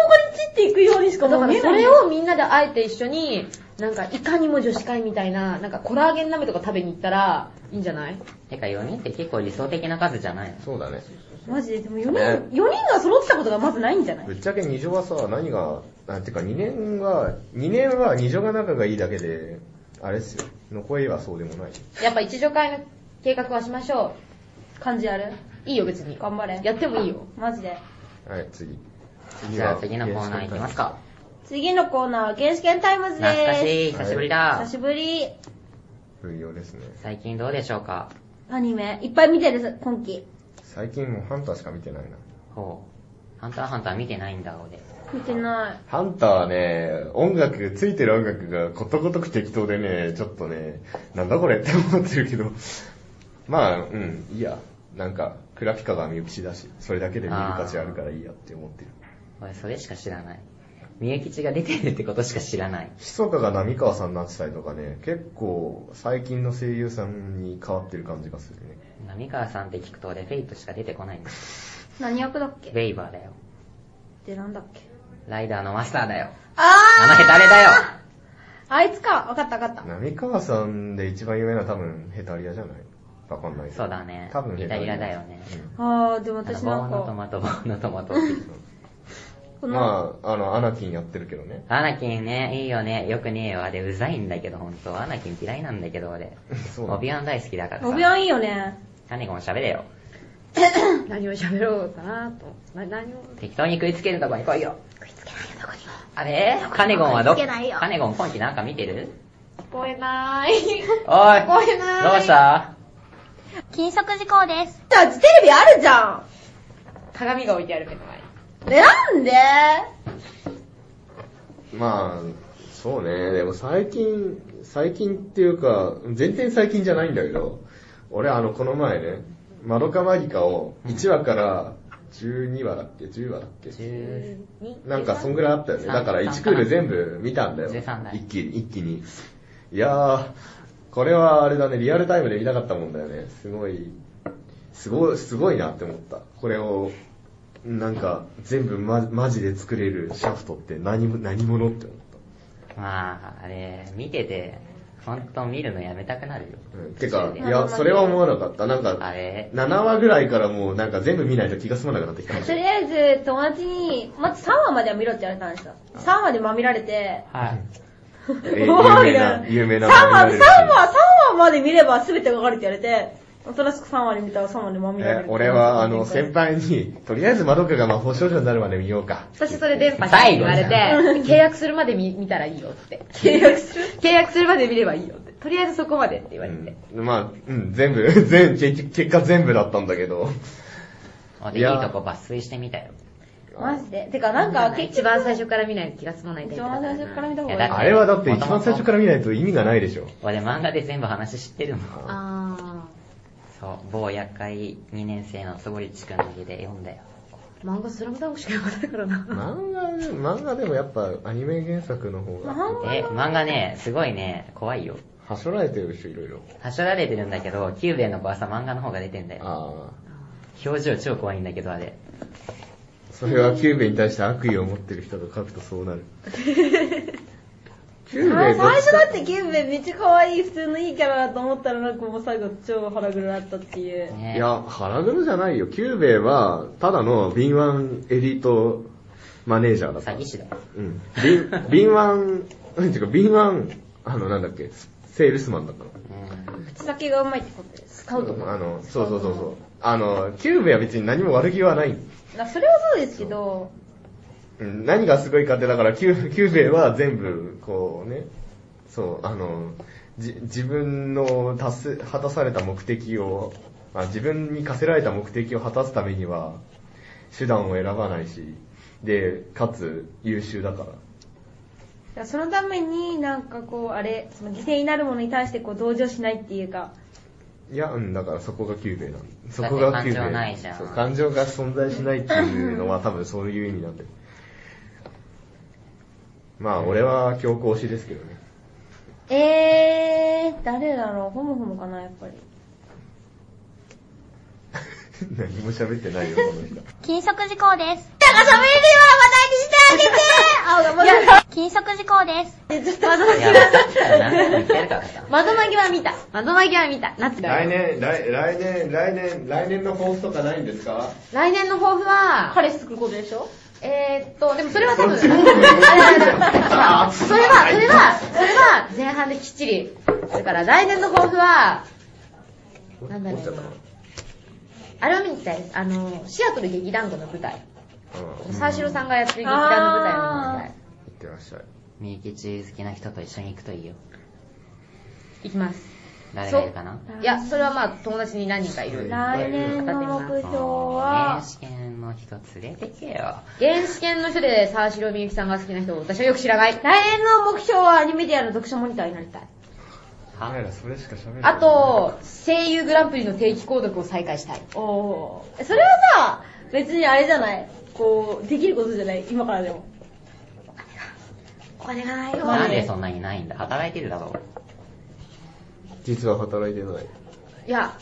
Speaker 1: っていくようにしか
Speaker 4: だ
Speaker 1: も
Speaker 4: か
Speaker 1: う見
Speaker 4: ら
Speaker 1: え
Speaker 4: そ
Speaker 1: ない。
Speaker 4: れをみんなであえて一緒に、なんかいかにも女子会みたいな、なんかコラーゲン鍋とか食べに行ったら、いいんじゃない
Speaker 2: てか4人って結構理想的な数じゃないの
Speaker 3: そうだね。
Speaker 1: マジで、でも4
Speaker 3: ね
Speaker 1: 人、四人が揃ってたことがまずないんじゃない
Speaker 3: ぶっちゃけ二女はさ、何が、なんていうか2年は、2年は二女が仲がいいだけで、あれっすよ。残りはそうでもない。
Speaker 4: やっぱ一助会の計画はしましょ
Speaker 1: 感じある
Speaker 4: う。いいよ別に。
Speaker 1: 頑張れ。
Speaker 4: やってもい
Speaker 1: [laughs]
Speaker 4: いよ。
Speaker 1: マジで。
Speaker 3: はい、次。
Speaker 2: じゃあ次のコーナーいきます。か。
Speaker 1: 次のコーナー、原始圏タイムズで
Speaker 2: 懐かし
Speaker 1: す。
Speaker 2: い、久しぶり
Speaker 1: 久
Speaker 2: だ。
Speaker 1: しぶり。
Speaker 3: 不要ですね。
Speaker 2: 最近どうでしょうか
Speaker 1: アニメ、いっぱい見てる、今期。
Speaker 3: 最近もうハンターしか見てないな。
Speaker 2: ほう。ハンターハンター見てないんだ、俺。
Speaker 1: 見てな
Speaker 3: ハンターはね、音楽、ついてる音楽がことごとく適当でね、ちょっとね、なんだこれって思ってるけど、 [laughs] まあ、うん、いいや。なんか、クラピカが見浮しだし、それだけで見る価値あるからいいやって思ってる。
Speaker 2: 俺、それしか知らない。みゆきちが出てるってことしか知らない。
Speaker 3: 密かが波川さんになってたりとかね、結構最近の声優さんに変わってる感じがするね。
Speaker 2: 浪川さんって聞くと俺、フェイトしか出てこないんだ。
Speaker 1: い。何役だっ
Speaker 2: ウ
Speaker 1: け
Speaker 2: ェイバーだよ。
Speaker 1: で、なんだっけ
Speaker 2: ライダーのマスターだよ。あの
Speaker 1: あ
Speaker 2: ヘタレだよ。
Speaker 1: ーあいつか。わかったわかった。
Speaker 3: 波川さんで一番有名な多分ヘタリアじゃないわかんないけど
Speaker 2: そうだね
Speaker 3: 多分
Speaker 2: イタリアだよね
Speaker 3: うん
Speaker 1: あー、でも
Speaker 2: あの
Speaker 1: 私
Speaker 2: ボ
Speaker 1: な
Speaker 2: ー
Speaker 1: ん
Speaker 2: のト
Speaker 1: か、
Speaker 2: マト、ボーのトマト。
Speaker 1: この、
Speaker 3: まあ、あの、アナキンやってるけどね。 [laughs]
Speaker 2: アナキンね、いいよね、よくねえよ。あれ、うざいんだけど、ほんと。アナキン嫌いなんだけど、俺。
Speaker 3: そうな
Speaker 2: オ
Speaker 3: の
Speaker 2: ビアン大好きだからさ。
Speaker 1: オビワンいいよね。
Speaker 2: カネゴン喋れよ。
Speaker 4: 何を喋ろうかなと。な何を。
Speaker 2: 適当に食いつけるとこに来いよ。食いつけないよ、どこにも。あれカネゴンはど、カネゴン今季なんか見てる
Speaker 4: 聞こえ
Speaker 1: [laughs]
Speaker 4: なー
Speaker 2: お
Speaker 4: い。
Speaker 2: い
Speaker 4: 聞こえない
Speaker 2: どうした
Speaker 5: 禁則事項です。
Speaker 1: じゃあ、テレビあるじゃ
Speaker 4: 鏡が置いてある目の前に。
Speaker 1: ん。え、なんで
Speaker 3: まあ、そうね。でも最近、最近っていうか、全然最近じゃないんだけど、俺あの、この前ね、マドカマギカを1話から12話だっけ ?10 話だっけ
Speaker 2: 十
Speaker 3: なんかそんぐらいあったよね。だから1クール全部見たんだよ。
Speaker 2: 13だよ
Speaker 3: 一気に、一気に。いやー、これはあれだね、リアルタイムで見なかったもんだよね。すごい、すごい、すごいなって思った。これを、なんか全部ま、マジで作れるシャフトって何も、何者って思っ
Speaker 2: まあ、あれ、見てて、ほんと見るのやめたくなるよ。
Speaker 3: た。うん、てか、い
Speaker 1: なるほど
Speaker 3: や、
Speaker 1: ね
Speaker 3: それは思わなかった。なん
Speaker 2: あ
Speaker 3: か、
Speaker 2: れ、
Speaker 3: 7話ぐらいからもうなんか全部見ないと気が済まなくなってきた。
Speaker 1: とりあえず、友達に、まず3話までは見ろって言われたんですよ。3話でまみられて、
Speaker 2: はい。
Speaker 1: [laughs]
Speaker 3: え有名な、有名な。
Speaker 1: 3話、3話、3話まで見れば全てわかるって言われて、新しく3割見たら3割も見られ
Speaker 3: え
Speaker 1: る。
Speaker 3: 俺は、
Speaker 1: [laughs]
Speaker 3: あの、先輩に、とりあえず窓かが魔法少女になるまで見ようか。
Speaker 4: 私それ電波に言われて、契約するまで見見たらいいよって。契約する契約するまで見ればいいよって。とりあえずそこまでって言われて。
Speaker 3: うん、まあ、うん、全部、 [laughs] 全、結結果全部だったんだけど。
Speaker 2: あで、いいとこ抜粋してみたよ。
Speaker 1: マジで。てかなんか、結
Speaker 4: 一
Speaker 1: 局、
Speaker 4: 番最初から見ないと気が済まないタ
Speaker 1: 一
Speaker 4: イプだか
Speaker 1: 番
Speaker 4: ら
Speaker 1: 最初から見た方がいい。
Speaker 3: あれはだって一番最初から見ないと意味がないでしょ。
Speaker 2: 俺漫画で全部話知ってるもん。
Speaker 4: あ
Speaker 2: そう、某厄介2年生のつぼりちくんの家で読んだよ。
Speaker 4: ー。漫画スラムダンクしかなかったからな。
Speaker 3: 漫画、漫画でもやっぱアニメ原作の方が、
Speaker 1: 漫
Speaker 2: え、漫画ね、すごいね、怖いよ。
Speaker 3: はしょられてる人いろいろ。
Speaker 2: はしょられてるんだけど、キューベの子はさ、漫画の方が出てんだよ。
Speaker 3: ああ。
Speaker 2: 表情超怖いんだけど、あれ。
Speaker 3: それはキューベに対して悪意を持ってる人と書くとそうなる。キュー
Speaker 1: あ
Speaker 3: ベ
Speaker 1: 最
Speaker 3: どっち
Speaker 1: 初だってキューベめっちゃ可愛い普通のいいキャラだと思ったらなんかもう最後超腹黒だったっていう。
Speaker 2: ね
Speaker 3: いや、腹黒じゃないよ。キューベは、ただの敏腕エリートマネージャーだった。
Speaker 2: 詐欺師だよ。
Speaker 3: うん。敏敏腕、なんていうか、敏腕、あの、なんだっけ、セールスマンだったの。
Speaker 2: うん。
Speaker 1: 口先がうまいってことです。
Speaker 4: スカウトか。
Speaker 3: あの、そうそうそうそう。あの、キューベは別に何も悪気はない。
Speaker 1: なそれはそうですけど、
Speaker 3: うん、何がすごいかって、だからキュー、キューベは全部、こうね、そう、あの、じ、自分の達せ、果たされた目的を、あ自分に課せられた目的を果たすためには、手段を選ばないし、で、かつ、優秀だから。
Speaker 1: いやそのためになんかこう、あれ、その犠牲になるものに対してこう同情しないっていうか、
Speaker 3: いや、うん、だからそこがキューベなんそ
Speaker 2: だって
Speaker 3: こがキューベ。
Speaker 2: 感情ないじゃん
Speaker 3: そう感情が存在しないっていう
Speaker 2: [laughs]
Speaker 3: のは多分そういう意味なんで。まあ、俺は強行推しですけどね。 [laughs]
Speaker 1: えー、誰だろうホモホモかな、やっぱり。
Speaker 3: 何も喋ってないよ、この人。
Speaker 5: 禁則事項です。
Speaker 1: だから喋りは話題にしてあげてあ、ま
Speaker 5: 禁則事項です。
Speaker 1: え、ちょっと窓巻
Speaker 2: い
Speaker 1: き
Speaker 2: や、
Speaker 1: は、
Speaker 2: だったら何でも言ってやるからさ。
Speaker 4: 窓間際見た。窓間際見た。なって
Speaker 3: 来。年、来、来年、来年、来年の抱負とかないんですか
Speaker 4: 来年の抱負は、
Speaker 1: 彼氏作ることでしょ
Speaker 4: えーっと、でもそれは多
Speaker 3: そ
Speaker 4: 分、
Speaker 3: っちの方
Speaker 4: あ
Speaker 3: がいい
Speaker 4: ああそれは、それは、それは前半できっちり。だから来年の抱負は、なんだろうなあれを見に行きたいです。あの、シアトル劇団子の舞台。
Speaker 3: うん。
Speaker 4: 沢城さんがやってる劇団の舞台を見に行きたい。
Speaker 3: いってらっしゃい。
Speaker 2: みゆきち好きな人と一緒に行くといいよ。
Speaker 4: 行きます。
Speaker 2: 誰がいるかない
Speaker 4: いや、それはまあ友達に何人かいる。
Speaker 1: 来年の目標は
Speaker 2: 原、始圏の人連れてけよ。
Speaker 4: 原始圏の人で沢城みゆきさんが好きな人を私はよく知らない。
Speaker 1: 来年の目標はアニメディアの読者モニターになりたい。
Speaker 3: お前
Speaker 2: は
Speaker 3: らそれしか喋れない。
Speaker 4: あ、と、声優グランプリの定期購読を再開したい。
Speaker 1: おー。それはさ、別にあれじゃない。こう、できることじゃない。今からでも。お金がないよ。
Speaker 2: なんでそんなにないんだ働いてるだろう。
Speaker 3: 実は働いてない。
Speaker 4: いや、。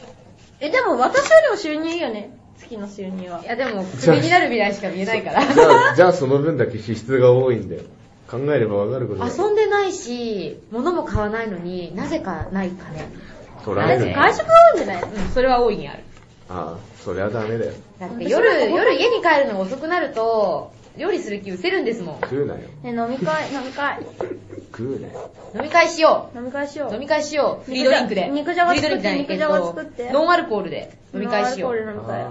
Speaker 1: え、でも私よりも収入いいよね。月の収入はい
Speaker 4: やでも、クビになる未来しか見えないから。
Speaker 3: じゃあ、じゃあその分だけ支出が多いんだよ。考えればわかることだよ。
Speaker 4: 遊んでないし、物も買わないのになぜかない金。
Speaker 3: 取ら
Speaker 1: あ
Speaker 3: れ
Speaker 1: れ、
Speaker 3: る
Speaker 2: ね
Speaker 3: ね。
Speaker 1: 外食多いんじゃない
Speaker 4: うん、それは大いにある。
Speaker 3: ああ、そりゃダメだよ。
Speaker 4: だって夜、夜家に帰るのが遅くなると、料理する気失せるんですもん。
Speaker 3: 食うなよ。
Speaker 1: ね、飲み会、飲み会。
Speaker 3: 食うなよ。
Speaker 4: 飲み会しよ
Speaker 1: 飲み会しよ
Speaker 4: う。飲
Speaker 1: う。
Speaker 4: み会しよう。フリードリンクで。
Speaker 1: 肉じゃが
Speaker 4: フリードリンクじゃない
Speaker 1: 肉じゃが作って
Speaker 4: えっとノンアルコールで飲み会しよ
Speaker 1: ノンアル
Speaker 4: う。
Speaker 1: コール飲み会。
Speaker 3: あ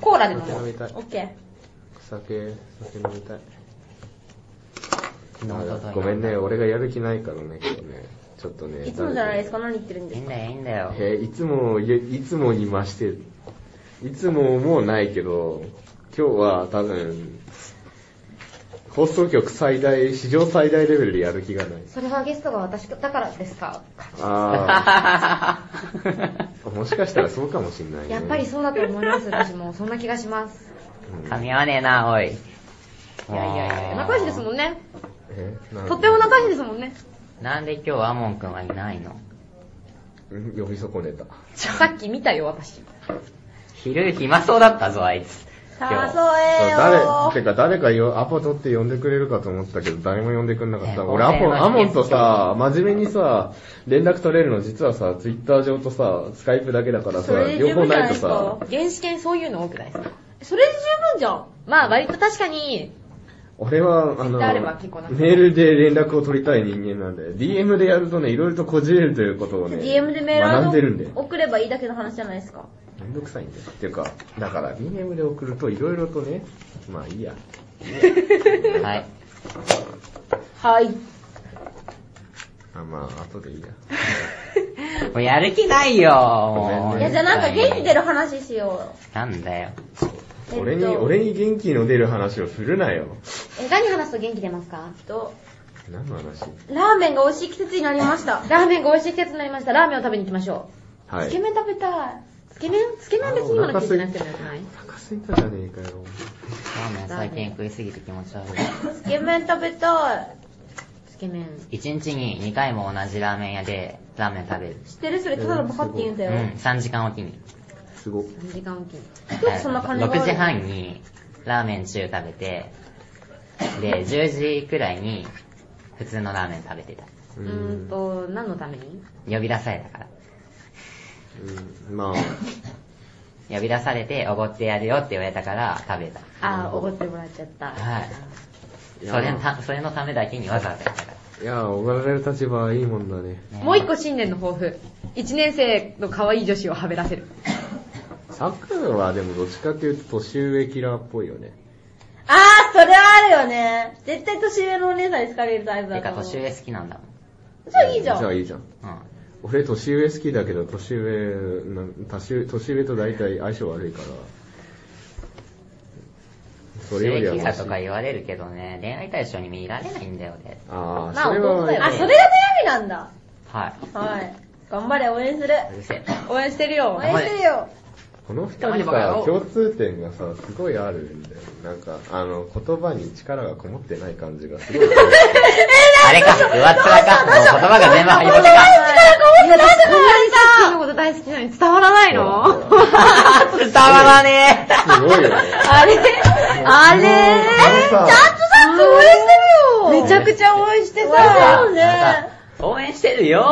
Speaker 3: ー
Speaker 4: コーラで飲もう
Speaker 3: 酒飲みたい
Speaker 1: オ。ッケー。
Speaker 3: 酒、酒飲みたい。
Speaker 2: 昨日おととい
Speaker 3: ごめんね、俺がやる気ないからね、今日ね。ちょっとね。
Speaker 1: いつもじゃないですか、何言ってるん
Speaker 2: いい
Speaker 1: です
Speaker 2: ん
Speaker 1: か。
Speaker 2: だよ、いいんだよ。
Speaker 3: えーいつも、いいつもに増して、いつももうないけど、今日は多分、放送局最大、史上最大レベルでやる気がない。
Speaker 4: それはゲストが私だからですか
Speaker 3: あー、 [laughs] もしかしたらそうかもしんない、ね。
Speaker 4: やっぱりそうだと思います、私も。そんな気がします。
Speaker 2: [laughs]
Speaker 3: うん。
Speaker 2: 噛み合わねえな、おい。い
Speaker 4: いやいやいや、仲良しですも
Speaker 2: ん。
Speaker 4: んね。
Speaker 3: えなん
Speaker 4: とっても仲良しですもんね。
Speaker 2: なんで今日アモンくんはいないの
Speaker 3: うん呼び損ねた。
Speaker 4: さっき見たよ、私。
Speaker 2: 昼暇そうだったぞ、あいつ。今
Speaker 1: 誘
Speaker 2: 日。
Speaker 1: えよ
Speaker 3: 誰、
Speaker 1: ー。
Speaker 3: てか誰かよ、アポ取って呼んでくれるかと思ったけど、誰も呼んでくんなかっ
Speaker 2: ね
Speaker 3: た。俺、ア
Speaker 2: こ
Speaker 3: ポ、
Speaker 2: の
Speaker 3: アモンと
Speaker 2: テー
Speaker 3: さ、真面目にさ、連絡取れるの実はさ、ツイッター上とさ、スカイプだけだからさ
Speaker 1: それ、で
Speaker 3: 両
Speaker 1: 十
Speaker 3: 方
Speaker 1: 分じゃ
Speaker 3: な
Speaker 1: ないで
Speaker 3: いと
Speaker 1: すか
Speaker 3: さ、
Speaker 4: 原始圏そういうの多くないですか
Speaker 1: それで十分じゃん。
Speaker 4: まあ割と確かに、
Speaker 3: 俺は、あの、
Speaker 4: Twitter あれば結構なんか
Speaker 3: メールで連絡を取りたい人間なんで、DM でやるとね、いろいろとこじれるということをね、
Speaker 1: DM でメール
Speaker 3: 学んでるんで。
Speaker 1: 送ればいいだけの話じゃないですか。
Speaker 3: めんどくさいんだよ。っていうか、だから、DM で送るといろいろとね、まあいいや。
Speaker 2: はい。
Speaker 1: はい。
Speaker 3: あまあ、後でいいや。
Speaker 2: もうやる気ないよも
Speaker 3: ご
Speaker 2: う
Speaker 1: い
Speaker 3: め
Speaker 1: や、
Speaker 3: ね
Speaker 1: じゃあなんか元気出る話しよ
Speaker 2: なんだよ。
Speaker 1: えっと
Speaker 3: 俺に、俺に元気の出る話をするなよ。
Speaker 4: え、何話すと元気出ますか
Speaker 1: う。と、
Speaker 3: 何の話
Speaker 1: ラーメンが美味しい季節になりました。
Speaker 4: ラーメンが美味しい季節になりました。ラーメンを食べに行きましょう。
Speaker 3: はい。
Speaker 4: つけ麺食べたい。つけ麺つけ麺別に今の季節じゃなくてもよくない
Speaker 3: お腹すいたじゃねえかよ。
Speaker 2: ラーメン最近食いすぎて気持ち悪い。
Speaker 1: つけ麺食べたい。
Speaker 4: つけ麺。
Speaker 2: 一日に2回も同じラーメン屋でラーメン食べる。
Speaker 1: 知ってるそれただのバカって言うんだ
Speaker 2: うん
Speaker 1: よ。、
Speaker 2: 3時間おきに。
Speaker 3: すご。
Speaker 4: 3時間おきに。
Speaker 1: よくそんな金がある
Speaker 2: 6時半にラーメン中食べて、で、10時くらいに普通のラーメン食べてた。
Speaker 3: う
Speaker 4: うーん
Speaker 3: ん。
Speaker 4: と、何のために
Speaker 2: 呼び出されたから。
Speaker 3: うんまあ、
Speaker 2: 呼び出されて、おごってやるよって言われたから食べた。
Speaker 4: あー、おごってもらっちゃった。
Speaker 2: はい
Speaker 3: いや
Speaker 2: それのたそれのためだけにわざわざやったから。
Speaker 3: いや、おごられる立場はいいもんだね。
Speaker 2: ね
Speaker 4: もう一個新年の抱負。1年生の可愛い女子をはべらせる。
Speaker 3: さくんはでもどっちかっていうと年上キラーっぽいよね。
Speaker 1: あー、それはあるよね。絶対年上のお姉さんに好かれるタイプだ
Speaker 2: て
Speaker 1: と
Speaker 2: か、
Speaker 1: 思う。
Speaker 2: 年上好きなんだもん。
Speaker 1: じゃあいいじゃん。
Speaker 3: じゃあ
Speaker 1: い
Speaker 3: いいじゃん。
Speaker 2: うん。
Speaker 3: 俺年上好きだけど、年上、なん年上年上と大体相性悪いから。それよりは
Speaker 2: 刺激
Speaker 3: マ
Speaker 2: が
Speaker 3: シ
Speaker 2: とか言われるけどね、恋愛対象に見られないんだよね。
Speaker 3: あ
Speaker 4: ま
Speaker 3: あ、
Speaker 4: あ
Speaker 3: それ
Speaker 4: 男だよ
Speaker 1: あ、
Speaker 3: は、
Speaker 1: それが悩みなんだ。
Speaker 2: はい。
Speaker 1: はい。頑張れ、応援する。
Speaker 2: うるせえ。
Speaker 4: 応援してるよ
Speaker 1: 応援してるよ。
Speaker 3: この二人さ、共通点がさ、すごいあるんだよ。なんか、あの、言葉に力がこもってない感じがすごい。
Speaker 2: あれか、上っ面か、もう言葉が全部入りましたか。
Speaker 4: いや、私こんなにさっきのこと大好きなのに伝わらないの [laughs]
Speaker 3: ほら
Speaker 2: 伝わらねえ。
Speaker 3: すごいよね。
Speaker 4: あれあ
Speaker 3: あ
Speaker 4: れ
Speaker 3: のさ、
Speaker 1: さっき応援してるよ。
Speaker 4: めちゃくちゃ応援して
Speaker 1: だ
Speaker 4: さ
Speaker 1: よ、ね。
Speaker 2: 応援してるよ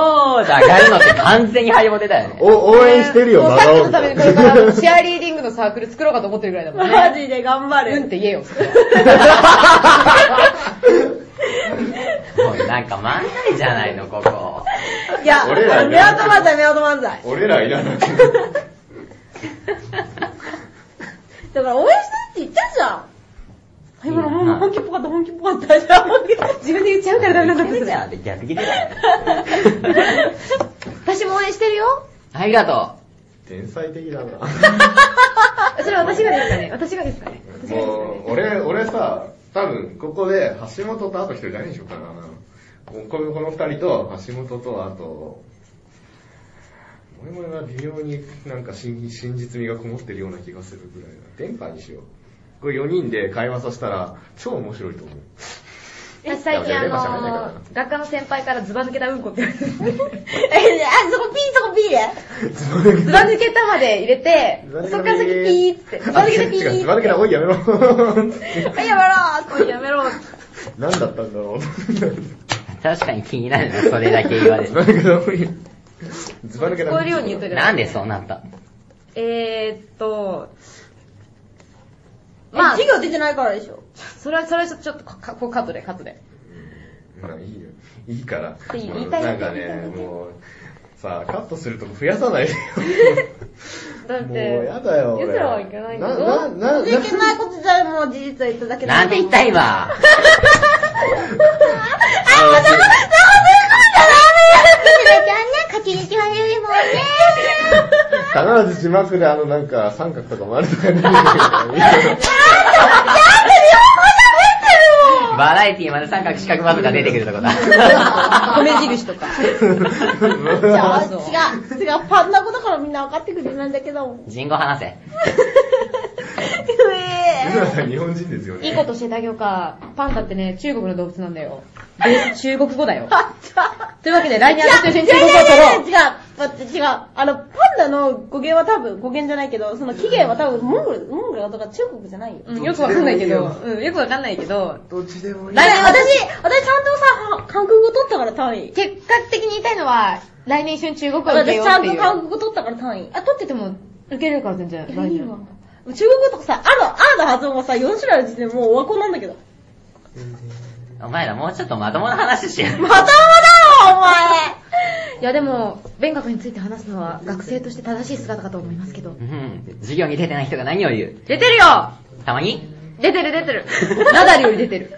Speaker 2: ーだがるのって完全にハリボテだよね。
Speaker 3: お応援してるよ、
Speaker 4: もうさっきの
Speaker 3: 長
Speaker 4: ため
Speaker 3: 尾
Speaker 4: にこれか
Speaker 3: [laughs]
Speaker 4: らチアリーディングのサークル作ろうかと思ってるぐらいだもんね。
Speaker 1: マジで頑張
Speaker 4: うんっ
Speaker 1: る。
Speaker 4: て言えよ。
Speaker 2: もうなんか漫才じゃないの、ここ。
Speaker 1: いや、
Speaker 3: 俺ら
Speaker 1: 目音漫才、目音漫才。
Speaker 3: 俺らいらなくて。
Speaker 1: だから応援してって言ったじゃん。
Speaker 2: いい
Speaker 1: 今
Speaker 2: な
Speaker 1: のもう本気っぽかった、本気っぽかった。じゃあ本気
Speaker 4: 自分で言っちゃうからダメなんだって
Speaker 2: じゃ
Speaker 4: さ
Speaker 2: あ、逆切れだよ。
Speaker 4: 私も応援してるよ。
Speaker 2: ありがと
Speaker 3: 天才的だな。
Speaker 4: それ私がですかね私がですかね私がですか
Speaker 3: も
Speaker 4: ね
Speaker 3: う、俺、俺さ、多分、ここで、橋本とあと一人誰にしようかな。このこの二人と、橋本と、あと、もえもえは微妙になんか真真実味がこもってるような気がするぐらいな。電波にしよう。これ4人で会話させたら、超面白いと思う。
Speaker 4: 私最近あ
Speaker 3: いや俺ら喋んないから
Speaker 4: の
Speaker 3: な、
Speaker 4: 学科の先輩からズバ抜けたうんこって言われて
Speaker 1: [laughs] え、あ、そこピーそこピーで。
Speaker 4: [laughs] ズバ抜けたまで入れて、
Speaker 3: ズバ
Speaker 4: そ
Speaker 3: 抜け
Speaker 4: っから先ピーって。ズバ抜けてピ
Speaker 3: 違う、ズ
Speaker 4: ー
Speaker 3: バ
Speaker 4: っ
Speaker 3: 抜けだ、おいやめろ。
Speaker 1: はい、やめろー。やめろー。
Speaker 3: 何だったんだろう。
Speaker 2: う。確かに気になるな、それだけ言われ
Speaker 3: ズバ
Speaker 2: る。
Speaker 3: 抜けだ、おい。ズバ抜け
Speaker 4: て。
Speaker 3: だ。
Speaker 4: 聞こえるように言っといて。
Speaker 2: なんでそうなった
Speaker 4: えーっと、
Speaker 1: まあ、
Speaker 4: まあ、
Speaker 1: 授業出てないからでしょ。
Speaker 4: それは、それはちょっとか、かこうカットで、カットで。
Speaker 3: まあいいよ。いいから。
Speaker 4: いい
Speaker 3: もう
Speaker 4: 言いたい
Speaker 3: なんか
Speaker 4: 言いたい言
Speaker 3: ね
Speaker 4: い、たい
Speaker 3: もう、さあ、カットするとこ増やさないでよ。
Speaker 4: [laughs] だって、
Speaker 3: もうやだよ。俺
Speaker 4: ゆずらはいけないんだ
Speaker 3: な、
Speaker 4: ぞ
Speaker 3: な、な、
Speaker 1: できないことじゃもう事実をいただけ
Speaker 2: なんて言った今。
Speaker 5: ゃんね、書きにちはるもんね。
Speaker 3: な必ず字幕であのなんか三角とか丸とかに。
Speaker 2: バラエティーまで三角四角窓が出てくるとこだ。
Speaker 4: 米印とか。
Speaker 1: 違う、違う、パンダ語だからみんな分かってくれないんだけど。
Speaker 2: 人語話せ。
Speaker 1: うえ
Speaker 3: ゆずらさん日本人ですよ
Speaker 4: いい
Speaker 3: ね。
Speaker 4: こと教えてあげようか。パンダってね、中国の動物なんだよ。で、中国語だよ。というわけで、来年私と一緒に中国語を取ろう。
Speaker 1: 違う、違う、違う、違う、違う、あの、パンダの語源は多分、語源じゃないけど、その起源は多分、モンゴル、モンゴルとか中国じゃないよ。
Speaker 4: うん、よくわかんないけど、うん、よくわかんないけど、
Speaker 3: どっちでもいい。
Speaker 1: 来年私、私ちゃんとさ、韓国語取ったから単位。
Speaker 4: 結果的に言いたいのは、来年一緒に中国語を受け
Speaker 1: 私
Speaker 4: よう
Speaker 1: ちゃ
Speaker 4: っ
Speaker 1: ん
Speaker 4: てい
Speaker 1: と
Speaker 4: う。
Speaker 1: 韓国語取ったから単位。
Speaker 4: あ、取ってても受けれるから全然。
Speaker 1: いいわ。中国語とかさ、あの、あーの発音がさ、4種類ある時点でもうオワコンなんだけど。
Speaker 2: お前らもうちょっとまともな話しよう。
Speaker 1: まともだよ、お前 [laughs]
Speaker 4: いやでも、勉学について話すのは学生として正しい姿かと思いますけど。
Speaker 2: うん。授業に出てない人が何を言う
Speaker 4: 出てるよ
Speaker 2: たまに
Speaker 4: 出てる出てる。ナダルより出てる。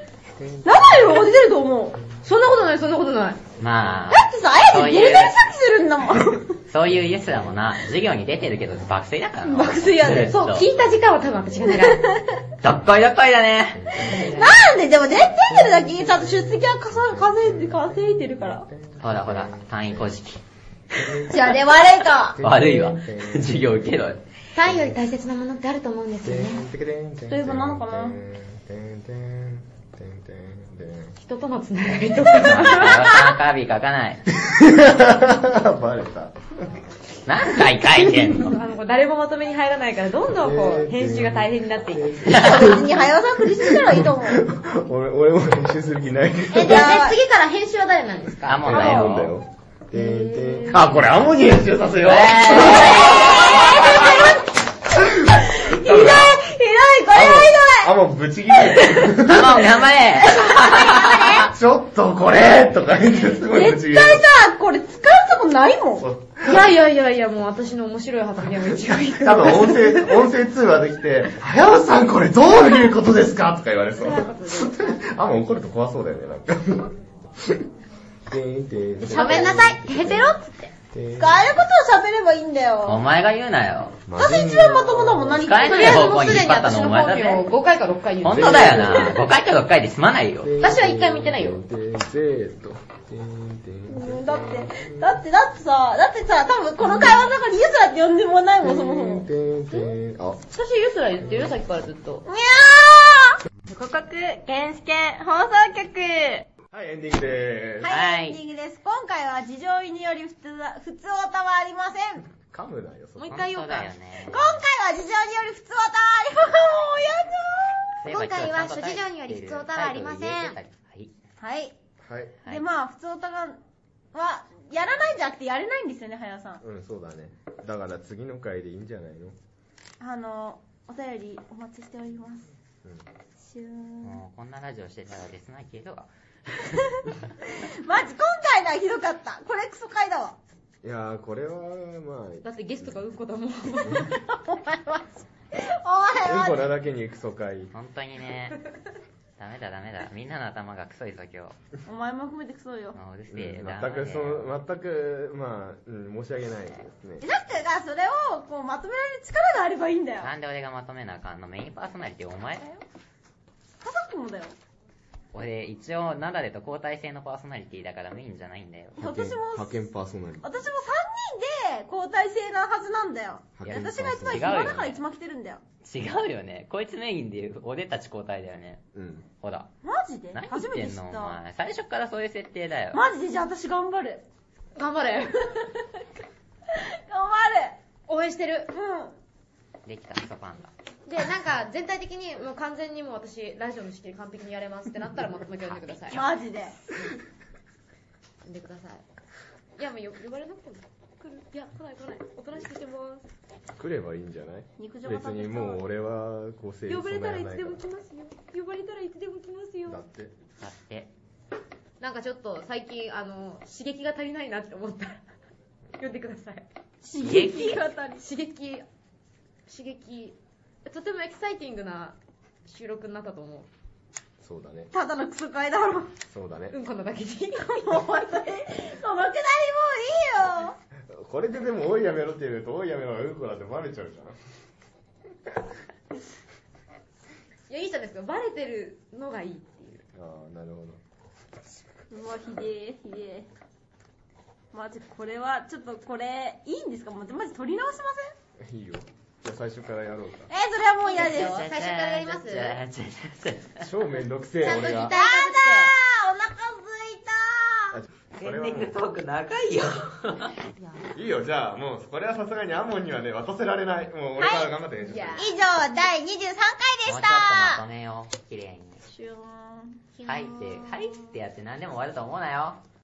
Speaker 1: 長いよ、落ちてると思う。
Speaker 4: そんなことない、そんなことない。
Speaker 2: まあ。
Speaker 1: だってさ、あえてデルデル詐欺するんだもん。
Speaker 2: そういうイエスだもんな。授業に出てるけど、爆睡だからな。
Speaker 1: 爆睡やね
Speaker 2: ずっ
Speaker 4: そ
Speaker 2: と
Speaker 4: う、聞いた時間は多分私が狙う。 [laughs]
Speaker 2: どっこいどっこいだね。
Speaker 1: なんで、でも全然出てるだけちゃんと出席はかさ稼いで、稼いでるから。
Speaker 2: ほらほら、単位公式。
Speaker 1: じゃあね、悪いか。
Speaker 2: 悪いわ。授業受けろよ。
Speaker 4: 単位より大切なものってあると思うんですよね。
Speaker 1: 例えばなのかな
Speaker 4: 人とのつながりとか。 [laughs]
Speaker 2: カービィ書かない。
Speaker 3: [laughs] バレた。
Speaker 2: 何回書いてん
Speaker 4: あ
Speaker 2: の
Speaker 4: の誰もまとめに入らないから、どんどんこう、編集が大変になっていく。
Speaker 1: 別に早尾さん振りしてたらいいと思う。
Speaker 3: [laughs] 俺、俺も練習する気ない。
Speaker 4: え、で、私次から編集は誰なんですか
Speaker 2: アモンだよ。
Speaker 3: だよ。あ、これアモニ練習させよ
Speaker 2: え
Speaker 1: ひどい、ひどい、これは
Speaker 3: アモンぶち切れ
Speaker 2: ー、アモン頑張れ
Speaker 3: [laughs] ちょっとこれとか言ってすご
Speaker 1: ひど
Speaker 3: い
Speaker 1: い。
Speaker 3: ぶち切
Speaker 1: 絶
Speaker 3: れ
Speaker 1: 対さ、これ使うとこないもん。
Speaker 3: そう
Speaker 4: いやいやいやいや、もう私の面白い発言を一応言う。
Speaker 3: 多分音声、音声通話できて、早尾さんこれどういうことですかとか言われそう。あ、もう怒ると怖そうだよね、なんか。
Speaker 5: 喋んなさい。てへぺろっつって。
Speaker 1: 使えることを喋ればいいんだ
Speaker 2: お
Speaker 1: よ。
Speaker 2: 前が言うなよ。
Speaker 1: 私一番まともだもん、何
Speaker 2: 使え
Speaker 1: か
Speaker 2: ない方向に引っ張った
Speaker 4: 私
Speaker 2: のお
Speaker 4: の
Speaker 2: 前
Speaker 4: 本
Speaker 2: だ
Speaker 4: 名
Speaker 2: ね
Speaker 4: を。5回か6回言う。
Speaker 2: 本当だよな。5回か6回で済まないよ。
Speaker 4: 私は一回見てないよ。
Speaker 1: うんだって、だって、だってさ、だってさ、多分この会話の中にユスラって呼んでもないもん、そもそも。
Speaker 3: あ、
Speaker 4: 私ユスラ言ってるよ、さっきからずっと。
Speaker 1: にゃー広告、検視権、放送局
Speaker 3: はい、エンディングでーす。
Speaker 1: はい、エンディングです。今回は事情により普通は、普通おたはありません。
Speaker 3: 噛むなよ、そこ
Speaker 4: もう一回言お
Speaker 2: 本当
Speaker 4: う
Speaker 2: だ
Speaker 4: か
Speaker 2: よ。ね
Speaker 1: 今。回は事情により普通おたはありません。
Speaker 5: 今回は諸事情により普通歌はありませ
Speaker 2: は
Speaker 5: ん
Speaker 2: い。
Speaker 1: もうやだー
Speaker 3: はい。
Speaker 1: は。
Speaker 2: はいい
Speaker 1: で、まあ、普通おたが、は、やらないんじゃなくてやれないんですよね、はやさん。
Speaker 3: うん、そうだね。だから次の回でいいんじゃないの
Speaker 1: あの、お便りお待ちしております。
Speaker 3: うん。
Speaker 1: シューン。
Speaker 2: もうこんなラジオしてたらですなけど。
Speaker 1: マジ、今回のはひどかった。これクソ回だわ。
Speaker 3: いやー、これは、まあ、うん
Speaker 4: だってゲストがうんこ [laughs] だも
Speaker 1: お
Speaker 4: ん。
Speaker 1: 前は、お前は、
Speaker 3: こなだけにクソ回。
Speaker 2: 本当にね。ダメだダメだ。みんなの頭がクソいぞ今日。
Speaker 1: お前も含めてクソよ。
Speaker 2: もううるせえ。
Speaker 3: 全く、その、全く、まあ、うん、申し訳ないですね
Speaker 1: え。だってがそれをこうまとめられる力があればいいんだよ。
Speaker 2: なんで俺がまとめなあかんのメインパーソナリティお前だよ。
Speaker 1: 家族もだよ。
Speaker 2: 俺、一応、ナダレと交代制のパーソナリティだからメインじゃないんだよ。
Speaker 1: 私も
Speaker 3: 派遣パーソナリティ。
Speaker 1: 私も3人で交代制なはずなんだよ。
Speaker 3: 派遣パー
Speaker 1: 私
Speaker 3: ソナ
Speaker 1: が
Speaker 3: リ
Speaker 1: 一
Speaker 3: テ
Speaker 1: 番
Speaker 2: 違うよ
Speaker 1: 暇だから一番来てるんだよ。
Speaker 2: 違うよね。こいつメインで俺たち交代だよね。
Speaker 3: ィ。うん。
Speaker 2: ほら。
Speaker 1: マジで
Speaker 2: 何言っ
Speaker 1: 初め
Speaker 2: て
Speaker 1: て知
Speaker 2: ん
Speaker 1: っ
Speaker 2: のお
Speaker 1: た。
Speaker 2: 前。最初からそういう設定だよ。
Speaker 1: マジでじゃあ私頑張る。
Speaker 4: 頑張れ。
Speaker 1: 頑
Speaker 4: 応援してる。
Speaker 1: 張る。うん。
Speaker 2: できた、クソパンダ。
Speaker 4: で、なんか全体的にもう完全にもう私、ラジオの仕切り完璧にやれますってなったらまとめて呼んでください。呼
Speaker 1: マジで。
Speaker 4: んでください。いや、もうよ呼ばれなくても来る。いや、来ない来ない。おとなしくしてます。
Speaker 3: 来ればいいんじゃない
Speaker 1: 肉じゃが
Speaker 3: 別
Speaker 1: 食べて
Speaker 3: にもう俺は構成
Speaker 4: 呼ばれたらいつでも来ますよ。呼ばれたらいつでも来ます
Speaker 3: だっ
Speaker 4: よ。
Speaker 3: て
Speaker 2: だって、
Speaker 4: なんかちょっと最近、あの、刺激が足りないなって思ったら、呼んでください。
Speaker 1: 刺激がたり。
Speaker 4: 刺激、刺激、とてもエキサイティングな収録になったと思
Speaker 3: そうだね
Speaker 1: ただのクソ会だろ。もう
Speaker 3: そうだね
Speaker 4: う。うんこのだ [laughs] けに。
Speaker 1: 本当に。このくだりもういいよ。
Speaker 3: これででも「おいやめろ」って言うと「おいやめろ」はうんこだってバレちゃうじゃん
Speaker 4: いや、いいじゃないですか。バレてるのがいいっていう。
Speaker 3: ああなるほど
Speaker 1: うわ、ひでえ、ひでえ。マジ、これは、ちょっとこれ、いいんですかまじ、マジ取り直しま
Speaker 3: いいよじゃあ最初からやろうか
Speaker 1: せんえー、それはもう嫌です。
Speaker 4: いい
Speaker 1: や
Speaker 4: です
Speaker 1: だ
Speaker 4: よ最初からやります
Speaker 2: ちゃちゃちゃちゃち
Speaker 3: 超めんどく
Speaker 4: [laughs]
Speaker 3: せえ
Speaker 4: ちゃんと
Speaker 3: 俺
Speaker 4: 擬態
Speaker 3: が
Speaker 4: 化し
Speaker 1: ーお腹すいた
Speaker 2: ゃ
Speaker 3: あ
Speaker 2: エ
Speaker 3: こ
Speaker 2: ンデ
Speaker 3: れはも
Speaker 2: ィングトーク長いよ。
Speaker 3: ういいよじゃあもうこれはさすがにアモンにはね渡せられないもう俺から頑張って
Speaker 4: て。
Speaker 3: 練習す
Speaker 4: い
Speaker 3: る
Speaker 4: や、
Speaker 5: 以上、第23回で
Speaker 2: もうちょっ
Speaker 5: し
Speaker 2: とまと
Speaker 5: た。
Speaker 2: めよう。綺麗
Speaker 1: シューン。
Speaker 2: に。はいって、はいってやって何でも終わると思うなよ。